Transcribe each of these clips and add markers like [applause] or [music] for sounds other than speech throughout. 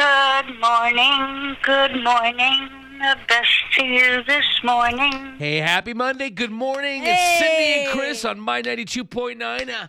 Good morning. Good morning. The best to you this morning. Hey, happy Monday. Good morning. It's Cindy and Chris on My 92.9. Uh,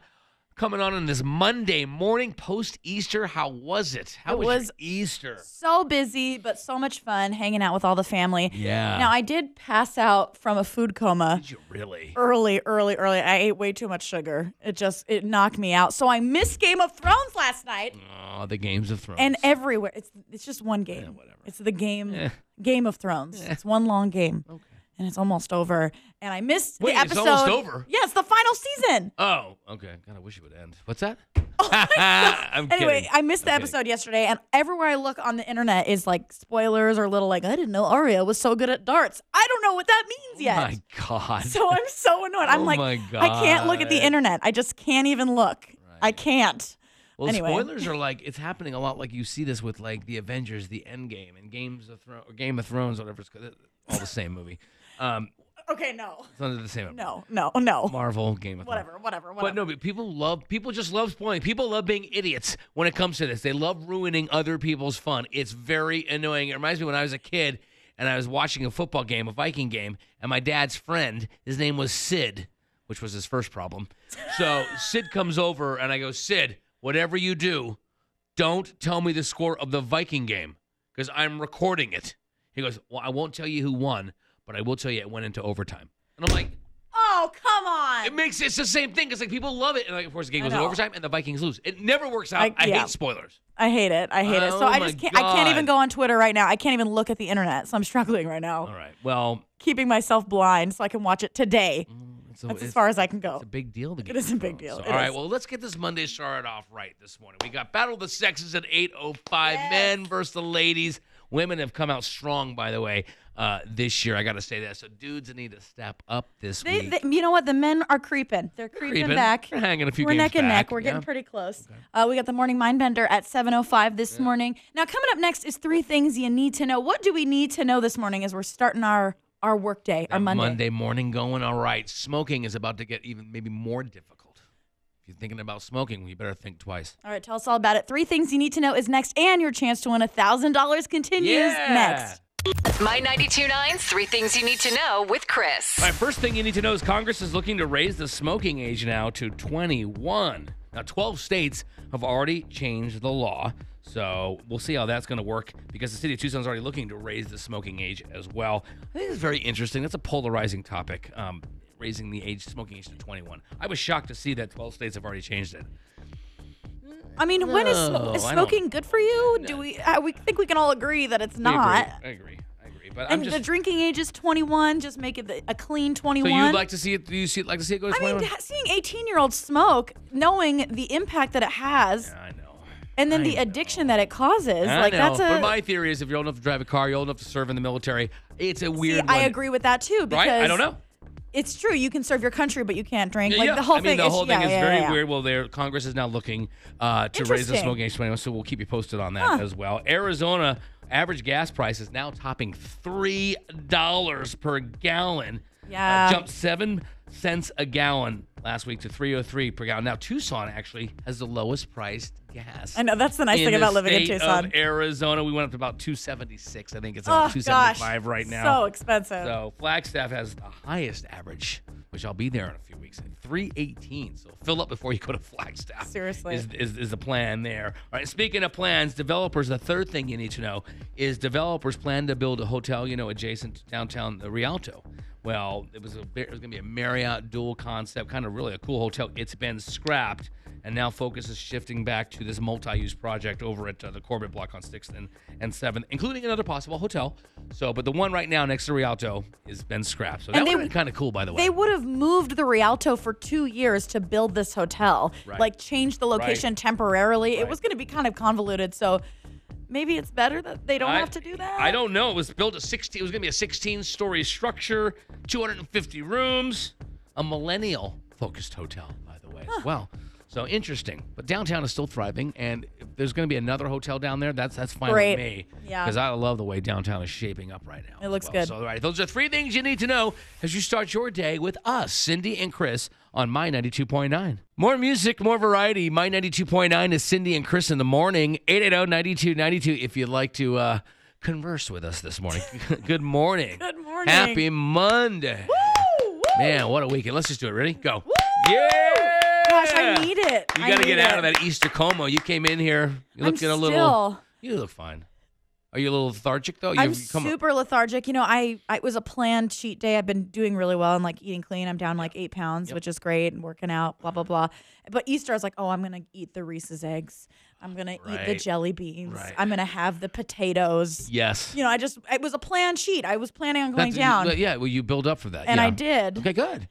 coming on on this Monday morning post Easter. How was it? How It was, your was- Easter? So busy, but so much fun hanging out with all the family. Yeah. Now, I did pass out from a food coma Did you really? early, early, early. I ate way too much sugar. It just it knocked me out. So I missed Game of Thrones last night. Oh, the Games of Thrones. And everywhere, it's it's just one game. whatever. It's the game Game of Thrones. It's one long game. Okay. And it's almost over. And I missed Wait, the it's episode. almost over? Yeah, it's the final season. oh, okay. God, I wish it would end. What's [laughs] that? [laughs] I'm Oh anyway, kidding. I missed the I'm kidding. episode yesterday, and everywhere I look on the internet is like spoilers or little like I didn't know Arya was so good at darts. I don't know what that means yet. Oh My God. [laughs] So I'm so annoyed. I'm Oh like, my I can't look at the God. internet. I just can't even look. I can't. Well, Anyway. spoilers are like it's happening a lot. Like you see this with like the Avengers, the Endgame, and Games of Thrones, or Game of Thrones, whatever it's called. All the same movie. Um, Okay, no, it's under the same. no, no, no. Marvel, Game of Thrones. Whatever, whatever, whatever. But no, but people love people just love spoiling. People love being idiots when it comes to this. They love ruining other people's fun. It's very annoying. It reminds me when I was a kid and I was watching a football game, a Viking game, and my dad's friend, his name was Sid, which was his first problem. So Sid comes over and I go, Sid, whatever you do, don't tell me the score of the Viking game because I'm recording it. He goes, Well, I won't tell you who won, but I will tell you it went into overtime. And I'm like, Oh, come on. it makes it's the same thing because like people love it, and like of course the game I goes in know. overtime, and the Vikings lose. It never works out. I, I- yeah. hate spoilers. I hate it. I hate it. Oh So I my just can't. I can't even God. go on Twitter right now. I can't even look at the internet. So I'm struggling right now, All right, well, keeping myself blind so I can watch it today. it's a, That's as it's- far as I can go. It's a big deal. To get is a thrown. big deal. So, It all right, is. well, let's get this Monday started off right this morning. We got Battle of the Sexes at eight oh five. Men versus the ladies. Women have come out strong, by the way, uh, this year. I got to say that. So dudes need to step up this They, week. they, you know what? The men are creeping. They're creeping, Creeping. back. We're hanging a few We're games neck and back, neck. We're getting yeah. pretty close. Uh, we got the morning mind bender at 7:05 this morning. Now coming up next is three things you need to know. What do we need to know this morning as we're starting our our workday, our Monday? morning going all right. Smoking is about to get even maybe more difficult. If you're thinking about smoking, you better think twice. All right, tell us all about it. Three things you need to know is next, and your chance to win thousand dollars continues Yeah. next. My 92.9 Three Things You Need to Know with Chris. All right, first thing you need to know is Congress is looking to raise the smoking age now to 21. Now, 12 states have already changed the law, so we'll see how that's going to work because the city of Tucson's already looking to raise the smoking age as well. I think it's very interesting. That's a polarizing topic, um, raising the age smoking age to 21. I was shocked to see that 12 states have already changed it. I mean, when is, sm- No, is Oh, I don't- smoking good for you? Do we? I, we think we can all agree that it's I not. agree. I agree. I agree. But I'm And just the drinking age is 21. Just make it the, a clean 21. so you'd like to see it? Do you see like to see it go to I 21? mean, ha- seeing 18 year olds smoke, knowing the impact that it has, I know. and then I the know. addiction that it causes, I like know. that's a. but my theory is, if you're old enough to drive a car, you're old enough to serve in the military. It's a See, weird. I one, agree with that too because Right? I don't know. It's true. You can serve your country, but you can't drink. Yeah, like yeah. the whole I mean, thing. the is, whole yeah, thing is yeah, very yeah. weird. Well, there Congress is now looking uh, to raise the Interesting. smoking age to 21, so we'll keep you posted on that as well. Arizona average gas price is now topping three dollars per gallon. Yeah. uh, jumped seven cents a gallon last week to 303 per gallon. Now Tucson actually has the lowest priced gas. I know, that's the nice in thing the about living in state of Tucson. Arizona, we went up to about 276. I think it's Oh about gosh, 275 right now. So expensive. So Flagstaff has the highest average, which I'll be there in a few weeks, and 318. So fill up before you go to Flagstaff. Seriously. Is, is, is the plan there. All right, speaking of plans, developers, the third thing you need to know is developers plan to build a hotel, you know, adjacent to downtown the Rialto. Well, it was, a, it was going to be a Marriott dual concept, kind of really a cool hotel. It's been scrapped, and now focus is shifting back to this multi-use project over at uh, the Corbett Block on 6th and, and 7th, including another possible hotel. So, but the one right now next to Rialto has been scrapped. So that would they- have been kind of cool, by the way. They would have moved the Rialto for two years to build this hotel, Right. like change the location temporarily. It was going to be kind of convoluted, so maybe it's better that they don't I- have to do that. I don't know. It was built a 16. It was gonna be a 16-story structure, 250 rooms, a millennial-focused hotel, by the way, as well. So interesting. But downtown is still thriving, and if there's going to be another hotel down there, that's that's fine Great. with me. Yeah. Because I love the way downtown is shaping up right now. It as looks well. good. So, all right, those are three things you need to know as you start your day with us, Cindy and Chris, on My 92.9. More music, more variety. My 92.9 is Cindy and Chris in the morning, oh, 880-9292 if you'd like to uh, converse with us this morning. [laughs] Good morning. Good morning. Happy Monday. Woo, woo. Man, what a weekend. Let's just do it. Ready? Go. Yeah! Gosh, I need it. You I got to need get out of it. that Easter coma. You came in here I'm looking a little. still- You look fine. Are you a little lethargic though? I'm You've come- super lethargic. You know, I, I it was a planned cheat day. I've been doing really well and like eating clean. I'm down like eight pounds, which is great, and working out, blah blah blah. But Easter, I was like, oh, I'm gonna eat the Reese's eggs. I'm gonna eat the Right. jelly beans. Right. I'm gonna have the potatoes. Yes. You know, I just it was a planned cheat. I was planning on going That's- down, Yeah. Well, you build up for that. and I yeah. did. Okay. Good.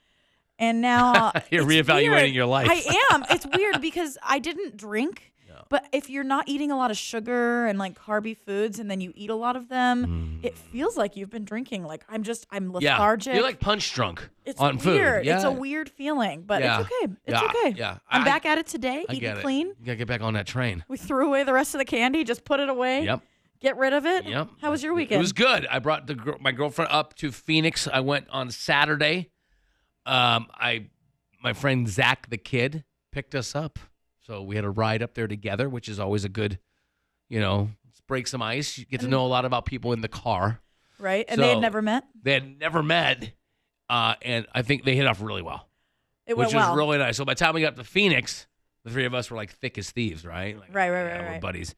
And now [laughs] You're it's reevaluating weird. your life. [laughs] I am. It's weird because I didn't drink. But if you're not eating a lot of sugar and like carby foods and then you eat a lot of them, it feels like you've been drinking. Like I'm just I'm Mm. Yeah. lethargic. You're like punch drunk it's on weird. food. Yeah. It's a weird feeling, but Yeah. it's okay. It's Yeah. okay. Yeah. I'm I- back at it today, I eating get it. clean. You gotta get back on that train. We threw away the rest of the candy, just put it away. Yep. Get rid of it. Yep. How was your It weekend? was good. I brought the girl, my girlfriend up to Phoenix. I went on Saturday. Um, I my friend Zach the kid picked us up, so we had a ride up there together, which is always a good, you know, let's break some ice. You get to know a lot about people in the car right? And they had So- never met. they had never met, uh, and I think they hit off really well, It which went was well. really nice. So by the time we got to Phoenix, the three of us were like thick as thieves, right? Like, Right, right, yeah, right, We're right. buddies.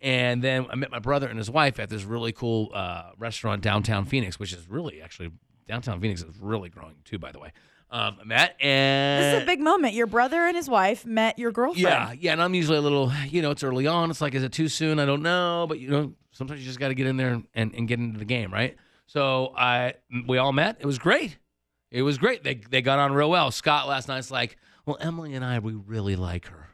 And then I met my brother and his wife at this really cool uh, restaurant downtown Phoenix, which is really actually downtown Phoenix is really growing too, by the way. Um, I met and this is a big moment. Your brother and his wife met your girlfriend. yeah, yeah, and I'm usually a little, you know, it's early on. It's like, is it too soon? I don't know, but you know, sometimes you just got to get in there and, and get into the game, right? So I, we all met. It was great. It was great. They they got on real well. Scott last night's like, well, Emily and I, we really like her.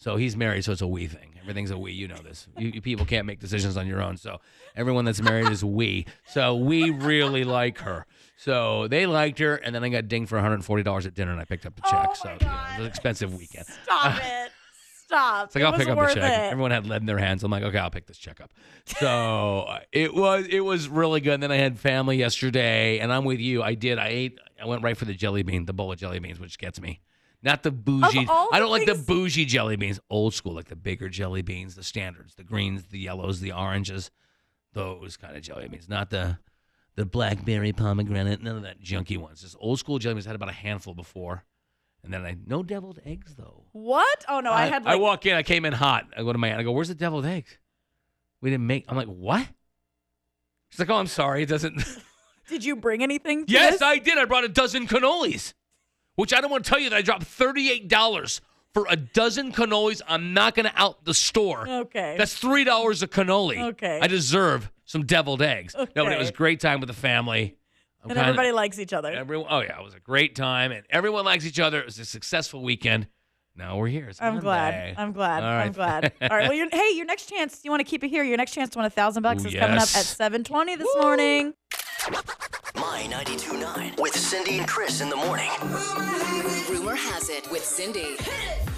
So he's married, so it's a we thing. Everything's a we. You know this. You, you people can't make decisions on your own. So everyone that's married is we. So we really like her. So they liked her, and then I got dinged for $140 at dinner, and I picked up the check. Oh, so my you know, it God. was an expensive weekend. [laughs] [laughs] Stop it. Stop. It's like it I'll was pick up worth the check. It. Everyone had lead in their hands. I'm like, okay, I'll pick this check up. So [laughs] uh, it was it was really good. And then I had family yesterday, and I'm with you. I did. I ate. I went right for the jelly bean, the bowl of jelly beans, which gets me. Not the bougie. all I the don't like the things- bougie jelly beans. Old school, like the bigger jelly beans, the standards, the greens, the yellows, the oranges, those kind of jelly beans. Not the the blackberry pomegranate. None of that junky ones. Just old school jelly beans. I had about a handful before, and then I no deviled eggs though. What? Oh no, I, had like I walk in. I came in hot. I go to my aunt. I go, "Where's the deviled eggs? We didn't make." I'm like, "What?" She's like, "Oh, I'm sorry. It doesn't." [laughs] Did you bring anything? To yes, this? I did. I brought a dozen cannolis, which I don't want to tell you that I dropped thirty eight dollars for a dozen cannolis. I'm not going to out the store. Okay. That's three dollars a cannoli. Okay. I deserve some deviled eggs. No, but it was a Okay. great time with the family. I'm and kinda- everybody likes each other. Everyone, oh yeah, it was a great time, and everyone likes each other. It was a successful weekend. Now we're here. It's I'm glad. Monday. I'm glad. All I'm right. [laughs] glad. All right. Well, your hey, your next chance. You want to keep it here. Your next chance to win a thousand bucks Ooh, is coming up at yes. 7:20 this morning. My 92.9 with Cindy and Chris in the morning. Rumor has it with Cindy.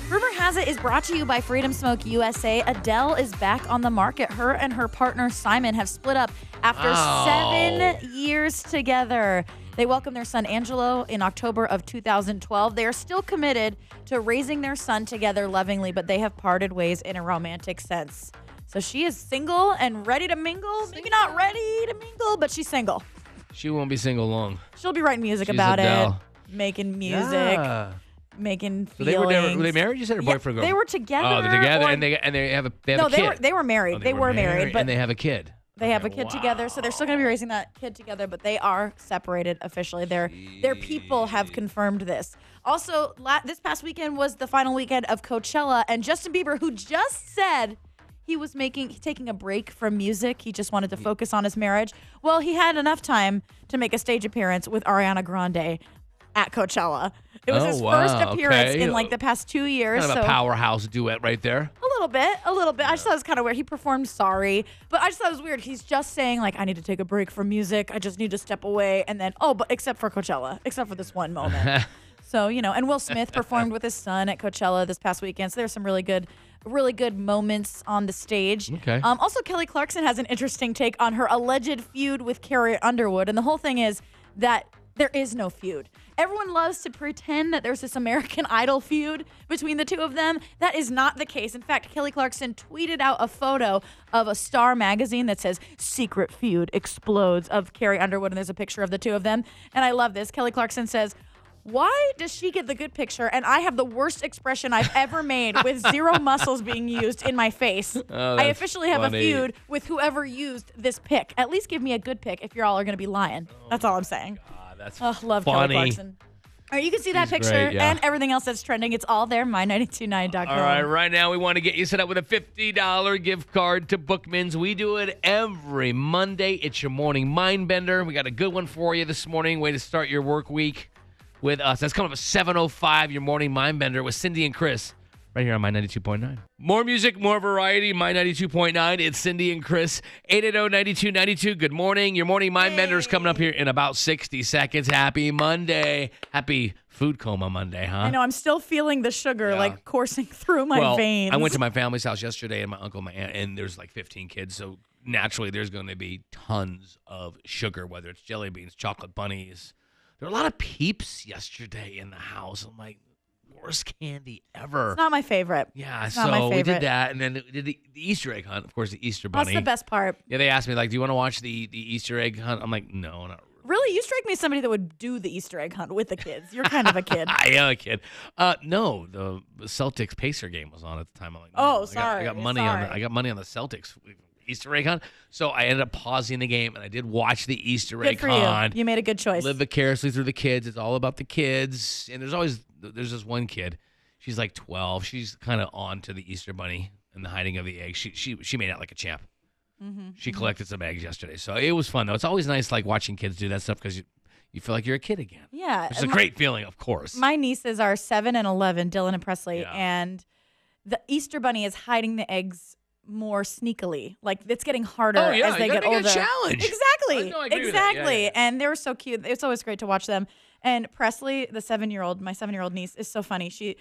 Rumor has it is brought to you by Freedom Smoke USA. Adele is back on the market. Her and her partner Simon have split up after Wow. seven years together. They welcomed their son Angelo in October of 2012. They are still committed to raising their son together lovingly, but they have parted ways in a romantic sense. So she is single and ready to mingle. Maybe not ready to mingle, but she's single. She won't be single long. She'll be writing music She's about Adele. it, making music, Yeah. making So feelings. they were, never, were they married? You said her Yeah, boyfriend. they girl? were together Oh, they're together, or- and they and they have a they have no, a they kid. were they were married. Oh, they, were married, but and they have a kid. they have a Okay, kid together, so they're still going to be raising that kid together. But they are separated officially. Their their people have confirmed this. Also, la- this past weekend was the final weekend of Coachella, and Justin Bieber, who just said he was making taking a break from music, he just wanted to focus on his marriage. Well, he had enough time to make a stage appearance with Ariana Grande at Coachella. It was Oh, his wow, first appearance okay. in like the past two years. Kind of a so powerhouse duet right there. a little bit, a little bit. I just thought it was kind of weird. He performed sorry, but I just thought it was weird. He's just saying like, I need to take a break from music. I just need to step away, and then oh, but except for Coachella, except for this one moment. So you know, and Will Smith performed with his son at Coachella this past weekend. So there's some really good, really good moments on the stage. Okay. Um, also, Kelly Clarkson has an interesting take on her alleged feud with Carrie Underwood, and the whole thing is that there is no feud. Everyone loves to pretend that there's this American [laughs] Idol feud between the two of them. That is not the case. In fact, Kelly Clarkson tweeted out a photo of a Star magazine that says "Secret Feud Explodes" of Carrie Underwood, and there's a picture of the two of them. And I love this. Kelly Clarkson says. Why does she get the good picture and I have the worst expression I've ever made with zero muscles being used in my face? I that's officially have funny. a feud with whoever used this pick. At least give me a good pick if you're all are going to be lying. That's all I'm saying. Ah, Oh that's Oh, love funny. Kelly Clarkson. All right, you can see that She's picture great, yeah. and everything else that's trending. It's all there, my929.com. All right, right now we want to get you set up with a $50 gift card to Bookman's. We do it every Monday. It's your morning mind bender. We got a good one for you this morning. Way to start your work week with us. That's coming up at 7.05, your morning mind bender with Cindy and Chris right here on My 92.9. More music, more variety, My 92.9. It's Cindy and Chris, oh, 880-9292. Good morning. Your morning mind bender's coming up here in about 60 seconds. Happy Monday. Happy food coma Monday, huh? I know, I'm still feeling the sugar like coursing [laughs] through my well, veins. I went to my family's house yesterday, and my uncle, and my aunt, and there's like 15 kids, so naturally there's going to be tons of sugar, whether it's jelly beans, chocolate bunnies. There were a lot of peeps yesterday in the house. I'm like, worst candy ever. It's not my favorite. yeah, it's not my so we did favorite. that, and then we did the, the Easter egg hunt. Of course, the Easter That's bunny. the best part. Yeah, they asked me like, "Do you want to watch the the Easter egg hunt?" I'm like, "No, not really." Really, you strike me as somebody that would do the Easter egg hunt with the kids. You're kind of [laughs] a kid. I am Ah, a kid. Uh, no, the Celtics Pacer game was on at the time. I'm like, Oh, no, I got- I got, sorry, money on. The, sorry. I got money on the Celtics Easter egg hunt. So I ended up pausing the game, and I did watch the Easter egg Good for hunt. you. You made a good choice. Live vicariously through the kids. It's all about the kids. And there's always there's this one kid. She's like 12. She's kind of on to the Easter bunny and the hiding of the eggs. She she she made out like a champ. Mm-hmm, She collected some eggs yesterday, so it was fun though. It's always nice like watching kids do that stuff because you you feel like you're a kid again. yeah. It's a my- great feeling, of course. My nieces are seven and eleven, Dylan and Presley, Yeah. and the Easter bunny is hiding the eggs more sneakily. Like it's getting harder Oh, yeah, as they you gotta get make older. it a challenge. Exactly. I know, I agree with that. Yeah, exactly. yeah, yeah. And they were so cute. It's always great to watch them. And Presley, the seven-year-old, my seven-year-old niece, is so funny. She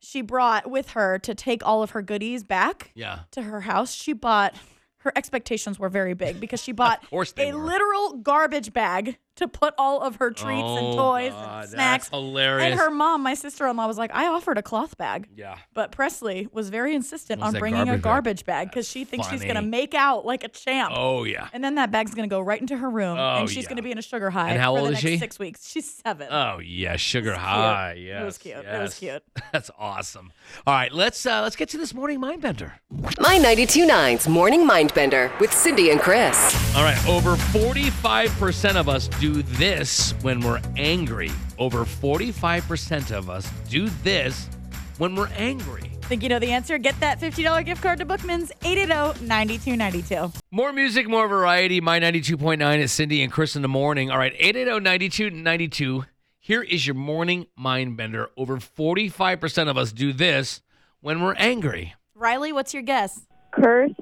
she brought with her to take all of her goodies back yeah. to her house. She bought her expectations were very big [laughs] because she bought course they a were. literal garbage bag to put all of her treats and Oh, toys God, and that's snacks. hilarious. And her mom, my sister-in-law, was like, "I offered a cloth bag." Yeah. But Presley was very insistent What was on that bringing garbage a bag? garbage bag because she thinks she's gonna funny. make out like a champ, Oh yeah. and then that bag's gonna go right into her room, Oh, and she's yeah. gonna be in a sugar high And how for old the is next she? ah, six weeks. She's seven. Oh yeah, sugar cute. high. Yeah. It was cute. It was cute. [laughs] That's awesome. All right, let's uh let's get to this morning mind bender. My 92.9's Morning Mindbender with Cindy and Chris. All right, over 45% of us do this when we're angry. Over 45% of us do this when we're angry. Think you know the answer? Get that $50 gift card to Bookman's 880-9292. More music, more variety. My 92.9 is Cindy and Chris in the morning. All right, oh, 880-9292. Here is your morning mind bender. Over 45% of us do this when we're angry. Riley, what's your guess? curse.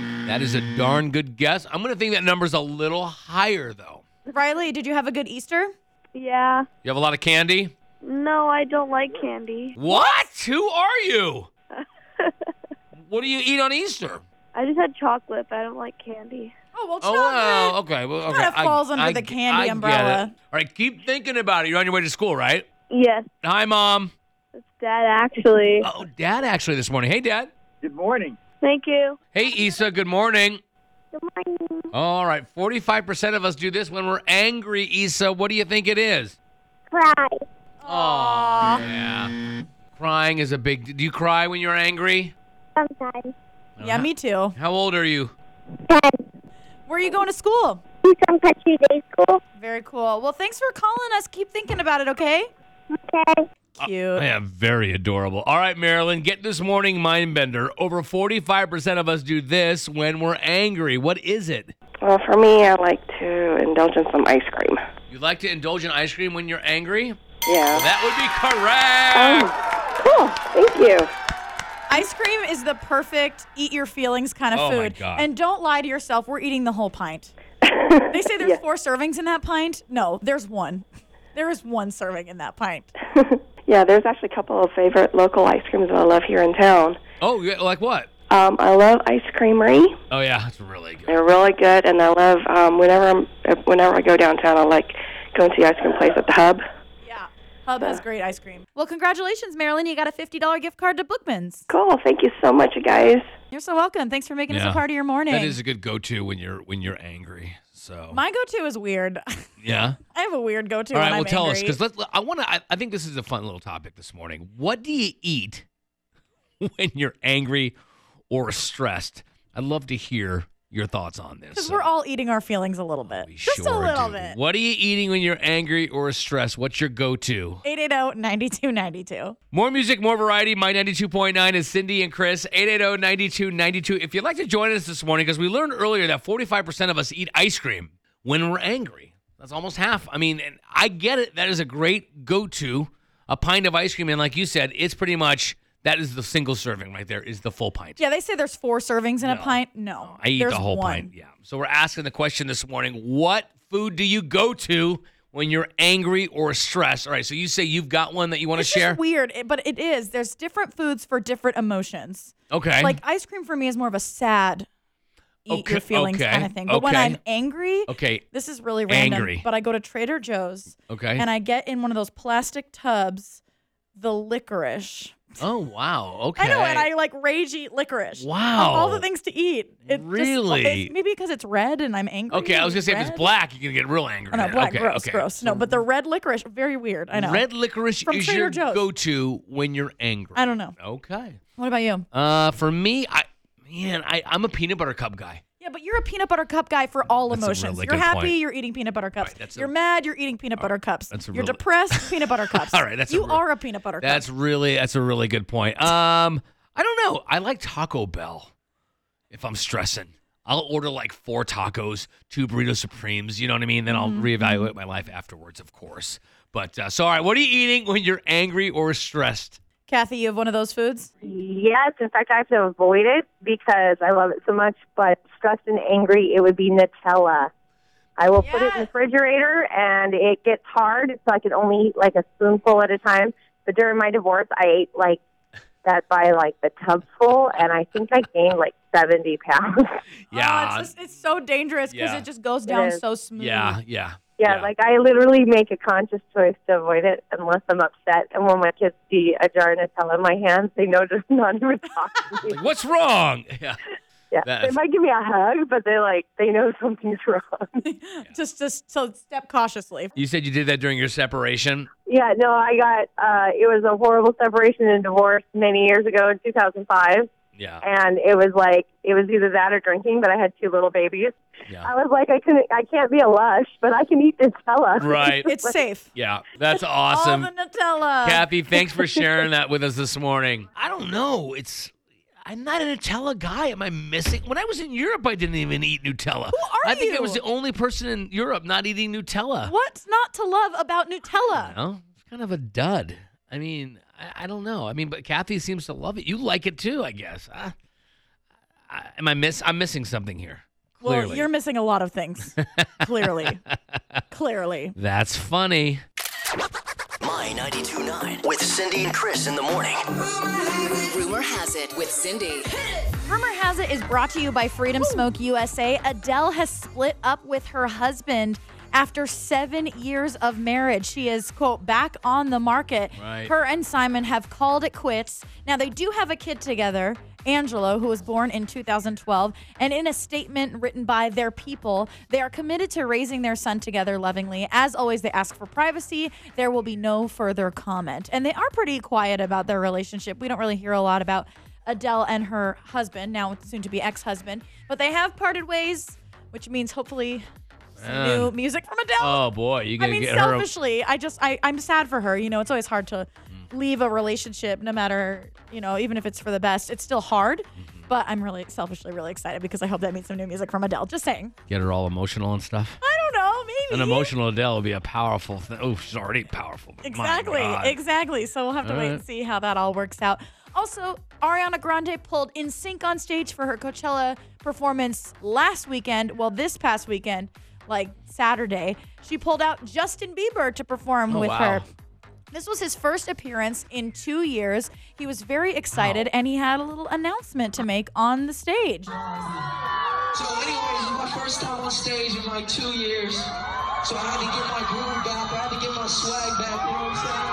That is a darn good guess. I'm going to think that number's a little higher, though. Riley, did you have a good Easter? Yeah. You have a lot of candy? No, I don't like candy. What? Who are [laughs] you? what do you eat on Easter? I just had chocolate, but I don't like candy. Oh, well, Oh, chocolate. wow. Okay. Well, okay. Kinda falls under the candy I get it. umbrella. All right, keep thinking about it. You're on your way to school, right? Yes, Hi, Mom. it's dad actually. Oh, Dad, actually, this morning. Hey, Dad. Good morning. Thank you. Hey, Issa, good morning. Good morning. All right, 45% of us do this when we're angry, Issa. What do you think it is? Cry. Aw. Yeah. Crying is a big. Do you cry when you're angry? Sometimes. Oh. Yeah, me too. How old are you? Where are you going to school? Some country day school. Very cool. Well, thanks for calling us. Keep thinking about it, okay? Okay. Cute. I am very adorable. All right, Marilyn, get this morning mind bender. Over 45% of us do this when we're angry. What is it? Well, for me, I like to indulge in some ice cream. You like to indulge in ice cream when you're angry? Yeah. That would be correct. Oh. Cool. Thank you. Ice cream is the perfect eat your feelings kind of Oh, food. my God. And don't lie to yourself. We're eating the whole pint. They say there's four servings in that pint. No, there's one. There was one serving in that pint. yeah, there's actually a couple of favorite local ice creams that I love here in town. Oh, yeah, like what? Um, I love Ice Creamery. Oh yeah, that's really good. They're really good, and I love um, whenever I'm uh, whenever I go downtown, I like going to the ice cream place at the Hub. Yeah. Hub has great ice cream. Well, congratulations, Marilyn. You got a $50 gift card to Bookman's. Cool. Thank you so much, you guys. You're so welcome. Thanks for making us Yeah. a part of your morning. That is a good go-to when you're when you're angry. So My go to is weird. [laughs] I yeah. have a weird go to. Oh. All right, when well, I'm tell us angry. because let let- I want to. I, I think this is a fun little topic this morning. What do you eat [laughs] when you're angry or stressed? I'd love to hear your thoughts on this. Because So, we're all eating our feelings a little bit. we Just a sure little do. bit. What are you eating when you're angry or stressed? What's your go-to? 880 9292. More music, more variety. My 92.9 is Cindy and Chris, oh, 880-9292. If you'd like to join us this morning, because we learned earlier that 45% of us eat ice cream when we're angry. That's almost half. I mean, and I get it. That is a great go-to, a pint of ice cream. And like you said, it's pretty much, that is the single serving right there, is the full pint. Yeah, they say there's four servings in a pint. No. I eat there's the whole one. pint. Yeah. So we're asking the question this morning: What food do you go to when you're angry or stressed? All right. So you say you've got one that you want to It's share. just weird, it- but it is. There's different foods for different emotions. okay. Like ice cream for me is more of a sad, eat Okay- your feelings okay, kind of thing. But when okay. I'm angry, okay. this is really random. Angry. But I go to Trader Joe's Okay. and I get in one of those plastic tubs the licorice. oh wow. Okay. I know, and I like rage eat licorice. Of Wow. all the things to eat. It just- Really? it's- maybe because it's red and I'm angry. Okay, I was gonna say if Red? it's black, you're gonna get real angry. Oh, no, then. black, okay, gross, okay. Mm-hmm. gross. No, but the red licorice, very weird. I know. Red licorice From is Trader your Joe's. go-to when you're angry. I don't know. Okay. What about you? Uh, for me, I man, I I'm a peanut butter cup guy. Yeah, but you're a peanut butter cup guy for all That's a emotions. really you're good happy, point. you're eating peanut butter cups. Right, that's a- you're mad, you're eating peanut butter cups. that's a you're really- depressed, [laughs] peanut butter cups. All right, that's a you real- are a peanut butter That's cup. really that's a really good point. Um, I don't know. I like Taco Bell. If I'm stressing, I'll order like four tacos, two burrito supremes. You know what I mean? Then I'll Mm-hmm. reevaluate my life afterwards, of course. But uh, so, all right, what are you eating when you're angry or stressed? Kathy, you have one of those foods? Yes, in fact, I have to avoid it because I love it so much. But stressed and angry, it would be Nutella. I will put it in the Yes. refrigerator, and it gets hard, so I can only eat like a spoonful at a time. But during my divorce, I ate like that by like the tub full, and I think I gained like seventy pounds. [laughs] Yeah, Oh, it's, just, it's so dangerous because Yeah. it just goes down is. so smooth. [laughs] yeah, yeah, Yeah, like I literally make a conscious choice to avoid it unless I'm upset. And when my kids see a jar of Nutella in my hands, they know just [laughs] not even talk to me. Like, what's wrong? [laughs] Yeah, Yeah, That's- they might give me a hug, but they're like, they know something's wrong. [laughs] Just just so step cautiously. you said you did that during your separation. yeah, no, I got, uh, it was a horrible separation and divorce many years ago in 2005. Yeah, And it was like, it was either that or drinking, but I had two little babies. yeah, I was like, I couldn't, I can't be a lush, but I can eat Nutella. [laughs] right. It's safe. Yeah, that's awesome. All the Nutella. Kathy, thanks [laughs] for sharing that with us this morning. I don't know. It's I'm not a Nutella guy. Am I missing? When I was in Europe, I didn't even eat Nutella. Who are I think I you? was the only person in Europe not eating Nutella. What's not to love about Nutella? No, it's kind of a dud. I mean, I, I don't know. I mean, but Kathy seems to love it. You like it too, I guess. I, I, am I miss? I'm missing something here. Clearly, Well, you're missing a lot of [laughs] things. Clearly. Clearly. that's funny. My 92.9 with Cindy and Chris in the morning. Rumor has it with Cindy. Rumor has it is brought to you by Freedom Smoke USA. Adele has split up with her husband after seven years of marriage. She is, quote, back on the market. Right. Her and Simon have called it quits. Now, they do have a kid together, Angelo, who was born in 2012. And in a statement written by their people, they are committed to raising their son together lovingly. As always, they ask for privacy. There will be no further comment. And they are pretty quiet about their relationship. We don't really hear a lot about Adele and her husband, now soon to be ex husband. But they have parted ways, which means hopefully some Man. new music from Adele. Oh boy, you I gotta mean, get her. a- selfishly, I just I I'm sad for her. You know, it's always hard to leave a relationship, no matter you know, even if it's for the best, it's still hard. Mm-hmm. But I'm really selfishly really excited because I hope that means some new music from Adele. Just saying. Get her all emotional and stuff. I don't know, maybe. An emotional Adele would be a powerful thing. Oh, she's already powerful. My Exactly, God. Uh. exactly. So we'll have to All wait right. and see how that all works out. Also, Ariana Grande pulled in sync on stage for her Coachella performance last weekend. Well, this past weekend. like Saturday, she pulled out Justin Bieber to perform Oh, with wow. her. This was his first appearance in two years. He was very excited and he had a little announcement to make on the stage. So, anyways, it's my first time on stage in like two years. So I had to get my groove back. I had to get my swag back. You know what I'm saying?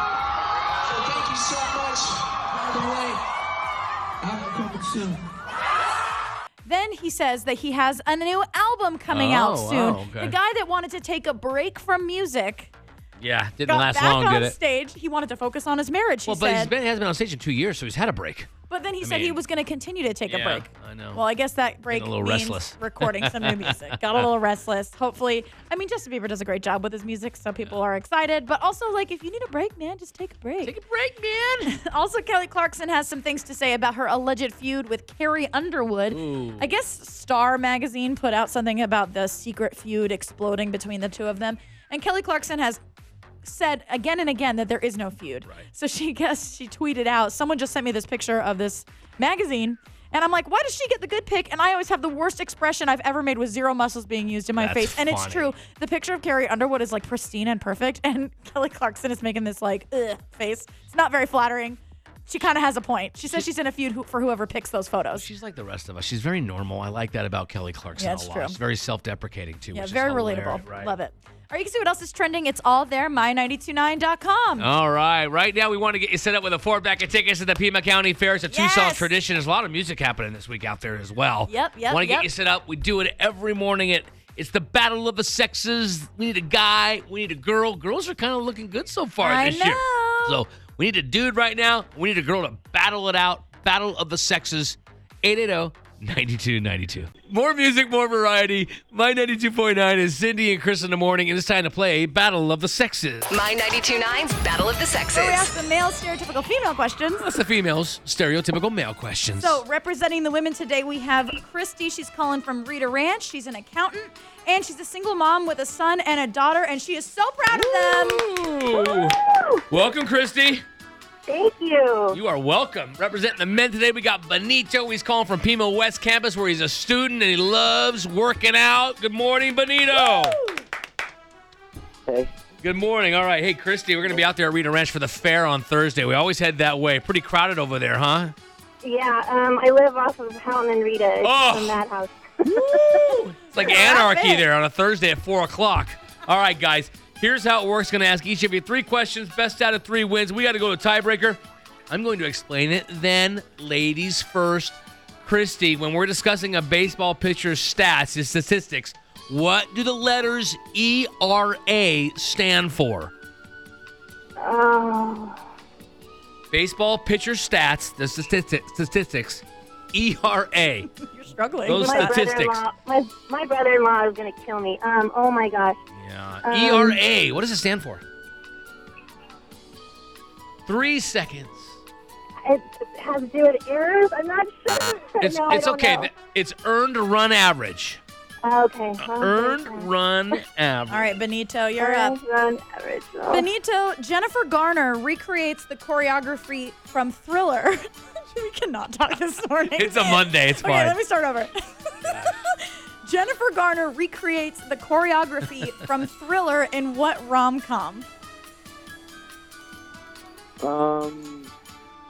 So thank you so much. By the way, I'm coming soon. Then he says that he has a new album coming Oh, out soon. wow, okay. The guy that wanted to take a break from music Yeah, didn't got last back long, on did it? stage. He wanted to focus on his marriage. He well, but said. he's been, he hasn't been on stage in two years, so he's had a break. But then he said he mean- was going to continue to take a Yeah, break. I know. Well, I guess that break little means restless. [laughs] recording some new music. Got a little restless. Hopefully, I mean, Justin Bieber does a great job with his music, so people are excited. But also, like, if you need a break, man, just take a break. Take a break, man. [laughs] also, Kelly Clarkson has some things to say about her alleged feud with Carrie Underwood. I guess Star Magazine put out something about the secret feud exploding between the two of them. And Kelly Clarkson has said again and again that there is no feud. So she [laughs] guess she tweeted out, someone just sent me this picture of this magazine. And I'm like, why does she get the good pick? And I always have the worst expression I've ever made with zero muscles being used in my That's face. And it's funny. true. The picture of Carrie Underwood is like pristine and perfect. [laughs] And Kelly Clarkson is making this like Ugh, face. It's not very flattering. She kind of has a point. She says she's in a feud who- for whoever picks those photos. She's like the rest of us. She's very normal. I like that about Kelly Clarkson Yeah, it's a lot. true. She's very self-deprecating too. Yeah, which is very hilarious, relatable. right? Love it. All right, you can see what else is trending. It's all there, my929.com. All right. Right now, we want to get you set up with a four pack of tickets to the Pima County Fair. It's a Tucson Yes. tradition. There's a lot of music happening this week out there as well. Yep, yep, Want to yep. get you set up? We do it every morning. It it's the battle of the sexes. We need a guy. We need a girl. Girls are kind of looking good so far I this year. know. So we need a dude right now. We need a girl to battle it out. Battle of the sexes. oh, 880 9292. More music, more variety. My 92.9 is Cindy and Chris in the morning, and it's time to play Battle of the Sexes. My 929's Battle of the Sexes. We ask the male stereotypical female questions. That's the females' stereotypical male questions. So, representing the women today, we have Christy. She's calling from Rita Ranch. She's an accountant, and she's a single mom with a son and a daughter, and she is so proud of them. Ooh. Welcome, Christy. Thank you. You are welcome. Representing the men today, we got Benito. He's calling from Pima West Campus, where he's a student and he loves working out. Good morning, Benito. Hey, Good morning. All right. Hey, Christy, we're going to be out there at Rita Ranch for the fair on Thursday. We always head that way. Pretty crowded over there, huh? Yeah, um, I live off of Helen and Rita. It's Oh. the madhouse. It's like anarchy bet. there on a Thursday at four o'clock. All right, guys. Here's how it works. Going to ask each of you three questions. Best out of three wins. We got to go to tiebreaker. I'm going to explain it. Then, ladies first. Christy, when we're discussing a baseball pitcher's stats, his statistics, what do the letters ERA stand for? Oh, Baseball pitcher stats, the statistics, statistics, E ERA. You're struggling. Those my statistics. brother-in-law. My, my brother-in-law is gonna kill me. Um, oh my gosh. Yeah. Um, ERA. What does it stand for? Three seconds. It has to do with errors. I'm not sure. [laughs] It's, no, I it's don't okay. know. Uh, Th- It's earned run average. Okay. well, Earned okay. run average. All right, Benito, you're up. Earned run average. Oh. Benito, Jennifer Garner recreates the choreography from Thriller. [laughs] we cannot talk this [laughs] morning. It's a Monday. It's okay, fine. let me [laughs] start over. Jennifer Garner recreates the choreography from Thriller in what rom com? um,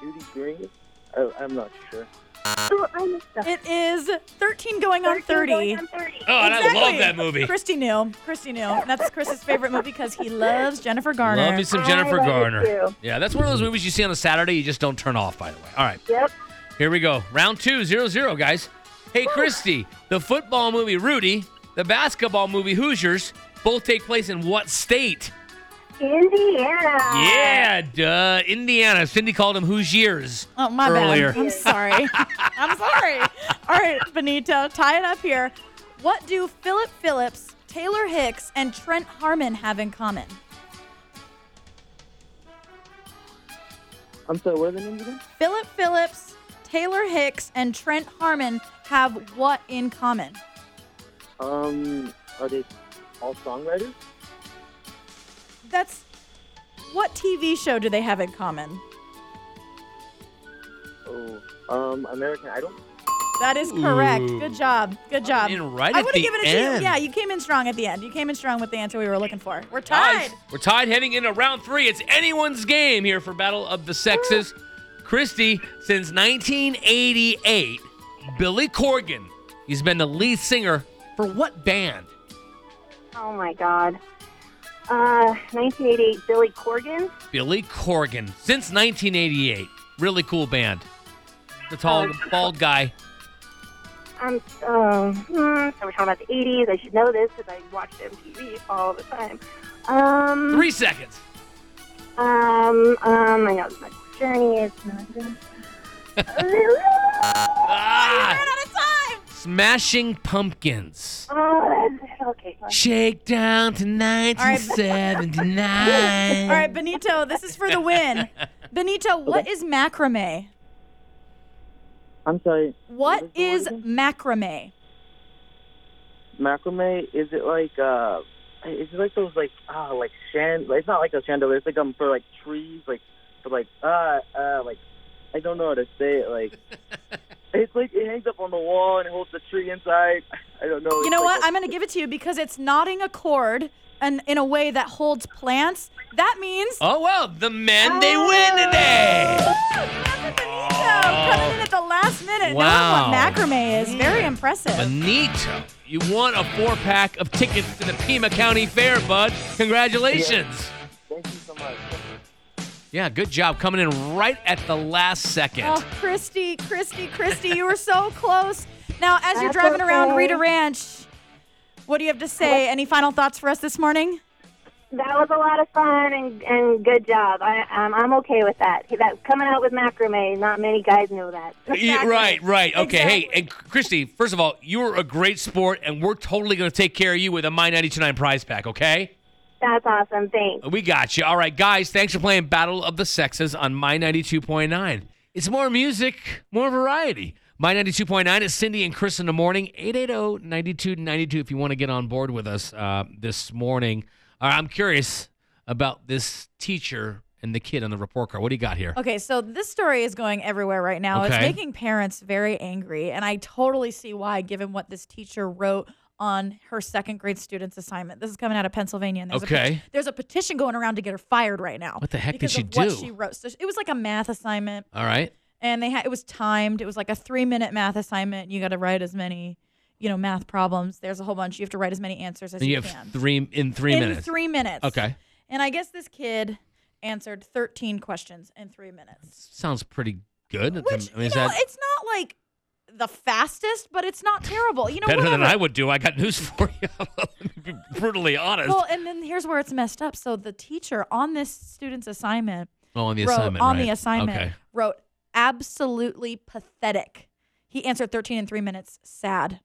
Judy Green? I, I'm not sure. Oh, I missed that. It is 13 going on 30. Going on 30. Oh, and exactly. I love that movie. Christy knew. Christy knew. And That's Chris's favorite movie because he loves Jennifer Garner. Love me some Jennifer I love it Garner. too. Yeah, that's one of those movies you see on a Saturday you just don't turn off, by the way. All right. Yep. Here we go. Round two, zero zero, guys. Hey, Christy, the football movie Rudy, the basketball movie Hoosiers, both take place in what state? Indiana. Yeah, duh. Indiana. Cindy called him Hoosiers Oh, my earlier. bad. [laughs] I'm sorry. I'm sorry. All right, Benito, tie it up here. What do Philip Phillips, Taylor Hicks, and Trent Harmon have in common? I'm sorry, what are the names again? Philip Phillips, Taylor Hicks, and Trent Harmon have what in common? Um, are they all songwriters? That's what TV show do they have in common? Oh, um, American Idol? That is correct. Good job. Good job. in right I at would the have given it to you. end. Yeah, you came in strong at the end. You came in strong with the answer we were looking for. We're tied. We're tied heading into round three. It's anyone's game here for Battle of the Sexes. Christy, since 1988, Billy Corgan, he's been the lead singer for what band? Oh my God. Uh, 1988 Billy Corgan. Billy Corgan, since 1988. Really cool band. The tall, bald guy. I'm, um, hmm, so we're talking about the 80s. I should know this because I watched MTV all the time. Um, Three seconds. um, um, I know it's my journey. It's [laughs] not good. Ah, Ran out of time. Smashing Pumpkins. [laughs] oh, that's- okay. fine. Shake down to 1979. [laughs] All right, Benito, this is for [laughs] the win. Benito, what is macrame? I'm sorry. What What was is the word macrame? Macrame? Is it like uh? Is it like those like ah like chan? It's not like a chandelier. It's like um for like trees like for like uh uh like I don't know how to say it like. It's like it hangs up on the wall and holds the tree inside. I don't know. You It's know like what? a- I'm going to give it to you because it's knotting a cord and in a way that holds plants. That means Oh well, the men they win [laughs] today. Woo! Good for Benito coming in at the last minute. Wow. Knowing what macrame is. Very impressive. Benito, you won a four pack of tickets to the Pima County Fair, bud. Congratulations. Thank you so much. Yeah, good job coming in right at the last second. Oh, Christy, Christy, Christy, you were so close. Now, as you're driving around Rita Ranch, what do you have to say? Any final thoughts for us this morning? That was a lot of fun and, and good job. I, um, I'm okay with that. That coming out with macrame, not many guys know that. Yeah, E, right, right. Okay. Hey, and Christy, first of all, you were a great sport, and we're totally going to take care of you with a My 929 prize pack, okay? That's awesome. Thanks. We got you. All right, guys, thanks for playing Battle of the Sexes on My 92.9. It's more music, more variety. My 92.9 is Cindy and Chris in the morning, oh, 880-9292 if you want to get on board with us uh, this morning. All right, I'm curious about this teacher and the kid on the report card. What do you got here? Okay, so this story is going everywhere right now. It's Okay. making parents very angry, and I totally see why, given what this teacher wrote on her second grade student's assignment. This is coming out of Pennsylvania. And there's A, Okay. pet- there's a petition going around to get her fired right now. What the heck did because she of what do? She wrote. So it was like a math assignment. All right. and they had it was timed. It was like a three minute math assignment. You got to write as many, you know, math problems. There's a whole bunch. You have to write as many answers as And you, you have can three in three in minutes. three minutes. Okay. And I guess this kid answered 13 questions in three minutes, Sounds pretty good. which I mean, you is know, that it's not like the fastest, but it's not terrible. You know, better whatever. than I would do? I got news for you. [laughs] Let me be brutally honest. Well, and then here's where it's messed up. So the teacher on this student's assignment oh, on the wrote assignment. on right. the assignment Okay. wrote absolutely pathetic. He answered 13 in three minutes. Sad.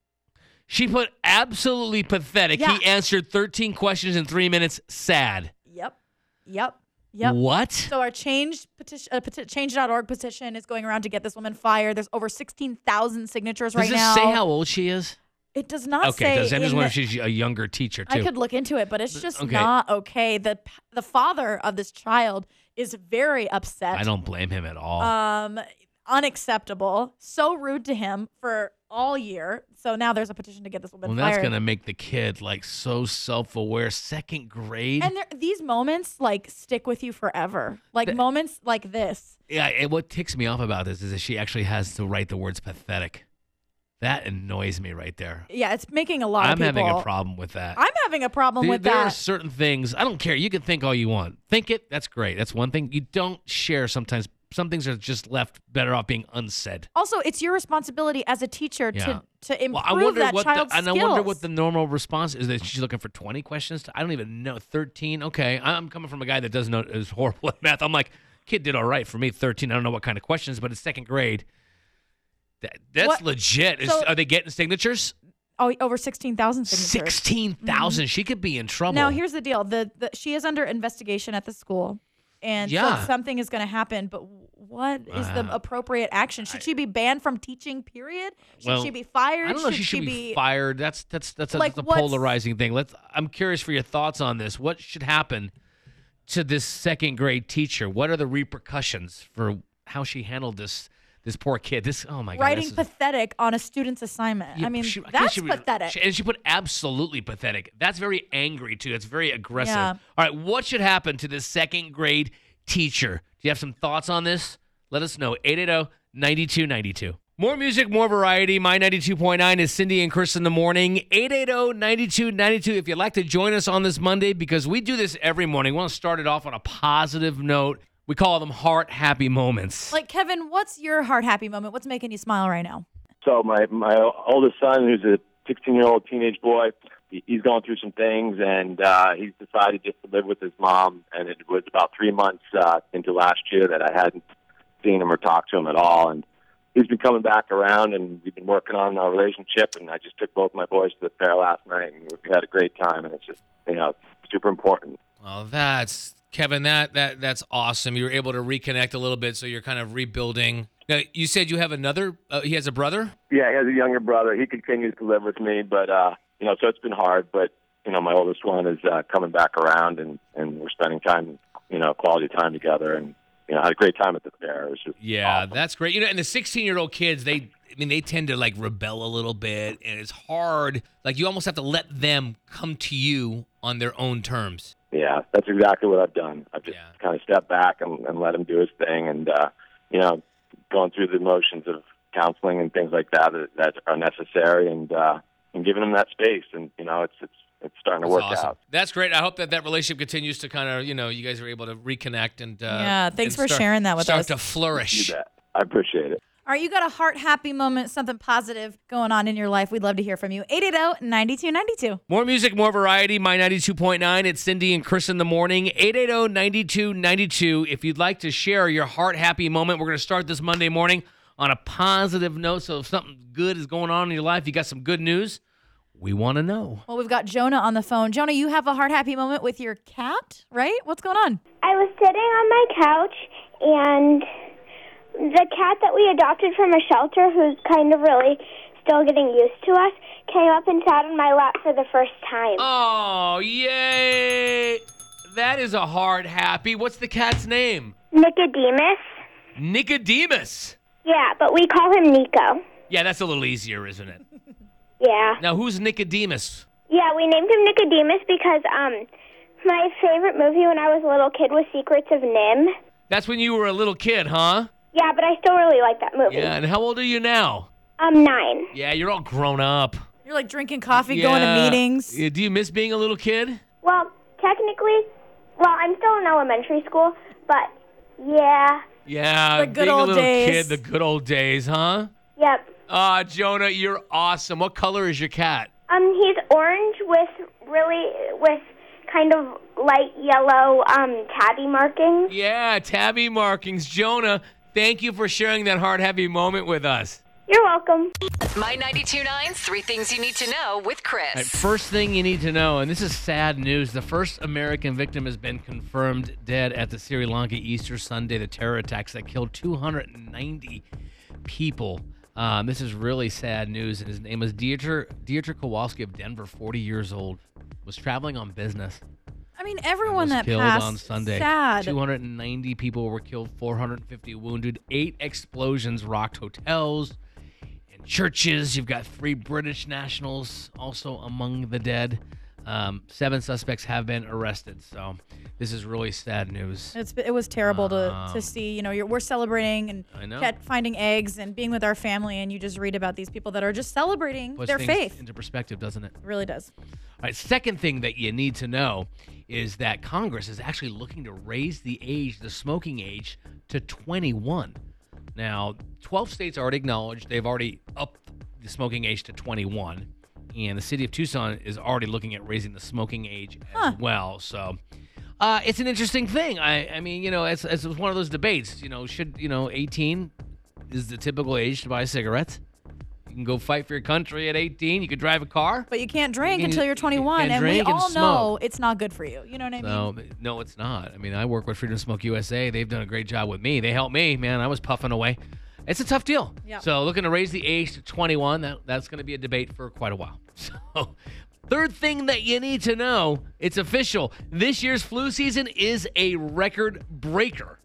She put absolutely pathetic. Yeah. He answered 13 questions in three minutes. Sad. Yep. Yep. Yep. What? So our changed petition, uh, peti- change.org petition is going around to get this woman fired. There's over 16,000 signatures Does right this now. say how old she is? it does not okay, say. does I'm just in wondering if the- she's a younger teacher too. I could look into it, but it's just okay. not okay. The p- the father of this child is very upset. I don't blame him at all. Um, unacceptable. So rude to him for all year. So now there's a petition to get this woman well, fired. that's gonna make the kid like so self-aware. Second grade. and there, these moments like stick with you forever. Like The- moments like this. yeah. And what ticks me off about this is that she actually has to write the words pathetic. That annoys me right there. Yeah, it's making a lot of I'm people. having a problem with that. I'm having a problem There- with there are that. certain things I don't care. You can think all you want. Think it. That's great. That's one thing. You don't share sometimes. Some things are just left better off being unsaid. Also, it's your responsibility as a teacher Yeah. to to improve Well, I wonder that what the, child's and I skills. wonder what the normal response is. That she's looking for 20 questions. To, I don't even know. 13. Okay, I'm coming from a guy that doesn't know is horrible at math. I'm like, kid did all right for me. 13. I don't know what kind of questions, but it's second grade. That, that's What- legit. Is, so- are they getting signatures? oh, over sixteen thousand signatures. Mm-hmm. Sixteen She could be in trouble. Now, here's the deal: the, the she is under investigation at the school, and so Yeah. something is going to happen. But what is the Uh, appropriate action? Should she be banned from teaching? Period. Should Well, she be fired? I don't know if she should be, fired. That's that's that's a, Like, that's a what's- polarizing thing. Let's. I'm curious for your thoughts on this. What should happen to this second grade teacher? What are the repercussions for how she handled this this poor kid. This oh my god, Writing this is- pathetic on a student's assignment. Yeah, I mean, she- I think that's she was- pathetic. she- and she put absolutely pathetic. That's very angry too. It's very aggressive. Yeah. All right, what should happen to this second grade teacher? Do you have some thoughts on this? Let us know. oh, 880-9292. More music, more variety. My 92.9 is Cindy and Chris in the morning. oh, 880-9292. If you'd like to join us on this Monday, because we do this every morning. We want to start it off on a positive note. We call them heart happy moments. like Kevin, what's your heart happy moment? What's making you smile right now? So my my oldest son, who's a 16 year old teenage boy, he- he's going through some things, and uh, he's decided just to live with his mom. And it was about three months uh, into last year that I hadn't seen him or talked to him at all. And he's been coming back around, and we've been working on our relationship. And I just took both my boys to the fair last night, and we had a great time. And it's just you know super important. Oh, that's Kevin. That that that's awesome. You were able to reconnect a little bit, so you're kind of rebuilding. Now, you said you have another. Uh, he has a brother. Yeah, he has a younger brother. He continues to live with me, but uh, you know, so it's been hard. But you know, my oldest one is uh, coming back around, and and we're spending time, you know, quality time together, and you know, had a great time at the fair. It was just Yeah, that's great. You know, and the 16 year old kids, they, I mean, they tend to like rebel a little bit, and it's hard. Like you almost have to let them come to you on their own terms. yeah, that's exactly what I've done. I've just kind of stepped back and, and let him do his thing, and uh, you know, going through the motions of counseling and things like that that, that are necessary, and uh, and giving him that space, and you know, it's it's it's starting to That's work awesome. out. That's great. I hope that that relationship continues to kind of, you know, you guys are able to reconnect and. Uh, Yeah, thanks and for start- sharing that with start us. to flourish. You bet. I appreciate it. All right, you got a heart happy moment, something positive going on in your life. We'd love to hear from you. oh, 880 9292. More music, more variety. My 92.9. It's Cindy and Chris in the morning. oh, 880-9292. If you'd like to share your heart happy moment, we're going to start this Monday morning on a positive note. So if something good is going on in your life, you got some good news, we want to know. Well, we've got Jonah on the phone. Jonah, you have a heart happy moment with your cat, right? What's going on? I was sitting on my couch, and the cat that we adopted from a shelter, who's kind of really still getting used to us, came up and sat on my lap for the first time. Oh, yay! That is a heart happy. What's the cat's name? Nicodemus? Nicodemus. Yeah, but we call him Nico. Yeah, that's a little easier, isn't it? Yeah. Now, who's Nicodemus? Yeah, we named him Nicodemus because um my favorite movie when I was a little kid was Secrets of Nim. That's when you were a little kid, huh? Yeah, but I still really like that movie. Um, Yeah, and how old are you now? I'm 9. Yeah, you're all grown up. You're like drinking coffee, going to Yeah. meetings. Yeah, Do you miss being a little kid? Well, technically, well, I'm still in elementary school, but yeah. Yeah, The good being a old little days. kid, the good old days, huh? Yep. Ah, Jonah, you're awesome. What color is your cat? Um he's orange with really with kind of light yellow um tabby markings. Yeah, tabby markings. Jonah, thank you for sharing that heart heavy moment with us. You're welcome. My 929 three things you need to know with Chris. All right, first thing you need to know, and this is sad news the first American victim has been confirmed dead at the Sri Lanka Easter Sunday, the terror attacks that killed 290 people. Um, this is really sad news, and his name was Dieter, Dieter Kowalski of Denver, 40 years old, was traveling on business. I mean, everyone was that killed passed on Sunday. Sad. 290 people were killed, 450 wounded, eight explosions rocked hotels and churches. You've got three British nationals also among the dead. Um, seven suspects have been arrested. So this is really sad news. It's, it was terrible to, Um, to see. You know, you're, we're celebrating and I know. cat finding eggs and being with our family, and you just read about these people that are just celebrating Puts their things faith. into perspective, doesn't it? It really does. All right, second thing that you need to know is that Congress is actually looking to raise the age, the smoking age, to 21. Now, 12 states already acknowledged they've already upped the smoking age to 21, and the city of Tucson is already looking at raising the smoking age as well. So, uh, it's an interesting thing. I, I mean, you know, it's, it's one of those debates. You know, should you know 18 is the typical age to buy cigarettes? You can go fight for your country at 18. You could drive a car. But you can't drink can- until you're you 21, can and we drink and all know it's not good for you. You know what I mean? No, no, it's not. I mean, I work with Freedom Smoke USA. They've done a great job with me. They helped me, man. I was puffing away. It's a tough deal. Yeah. So looking to raise the age to 21. That that's going to be a debate for quite a while. [laughs] So, third thing that you need to know, it's official. This year's flu season is a record breaker.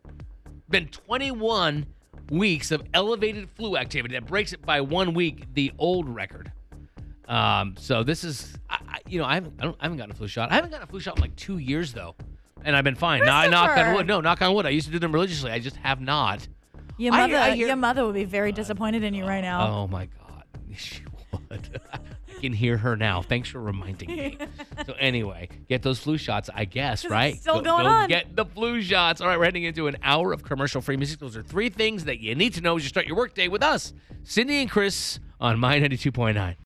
Been 21 weeks of elevated flu activity. That breaks it by one week, the old record. Um, so this is, I, I, you know, I haven't, I, don't, I haven't gotten a flu shot. I haven't gotten a flu shot in like two years though, and I've been fine. Now I knock on Christopher! wood. No, knock on wood. I used to do them religiously. I just have not. Your I mother, hear- I hear- your mother would be very disappointed in you right now. Oh my God, [laughs] she would. [laughs] I can hear her now. Thanks for reminding [laughs] me. so anyway, get those flu shots, I guess, right? still Go- going go on. Get the flu shots. All right, we're heading into an hour of commercial-free music. Those are three things that you need to know as you start your workday with us, Cindy and Chris on My 92.9.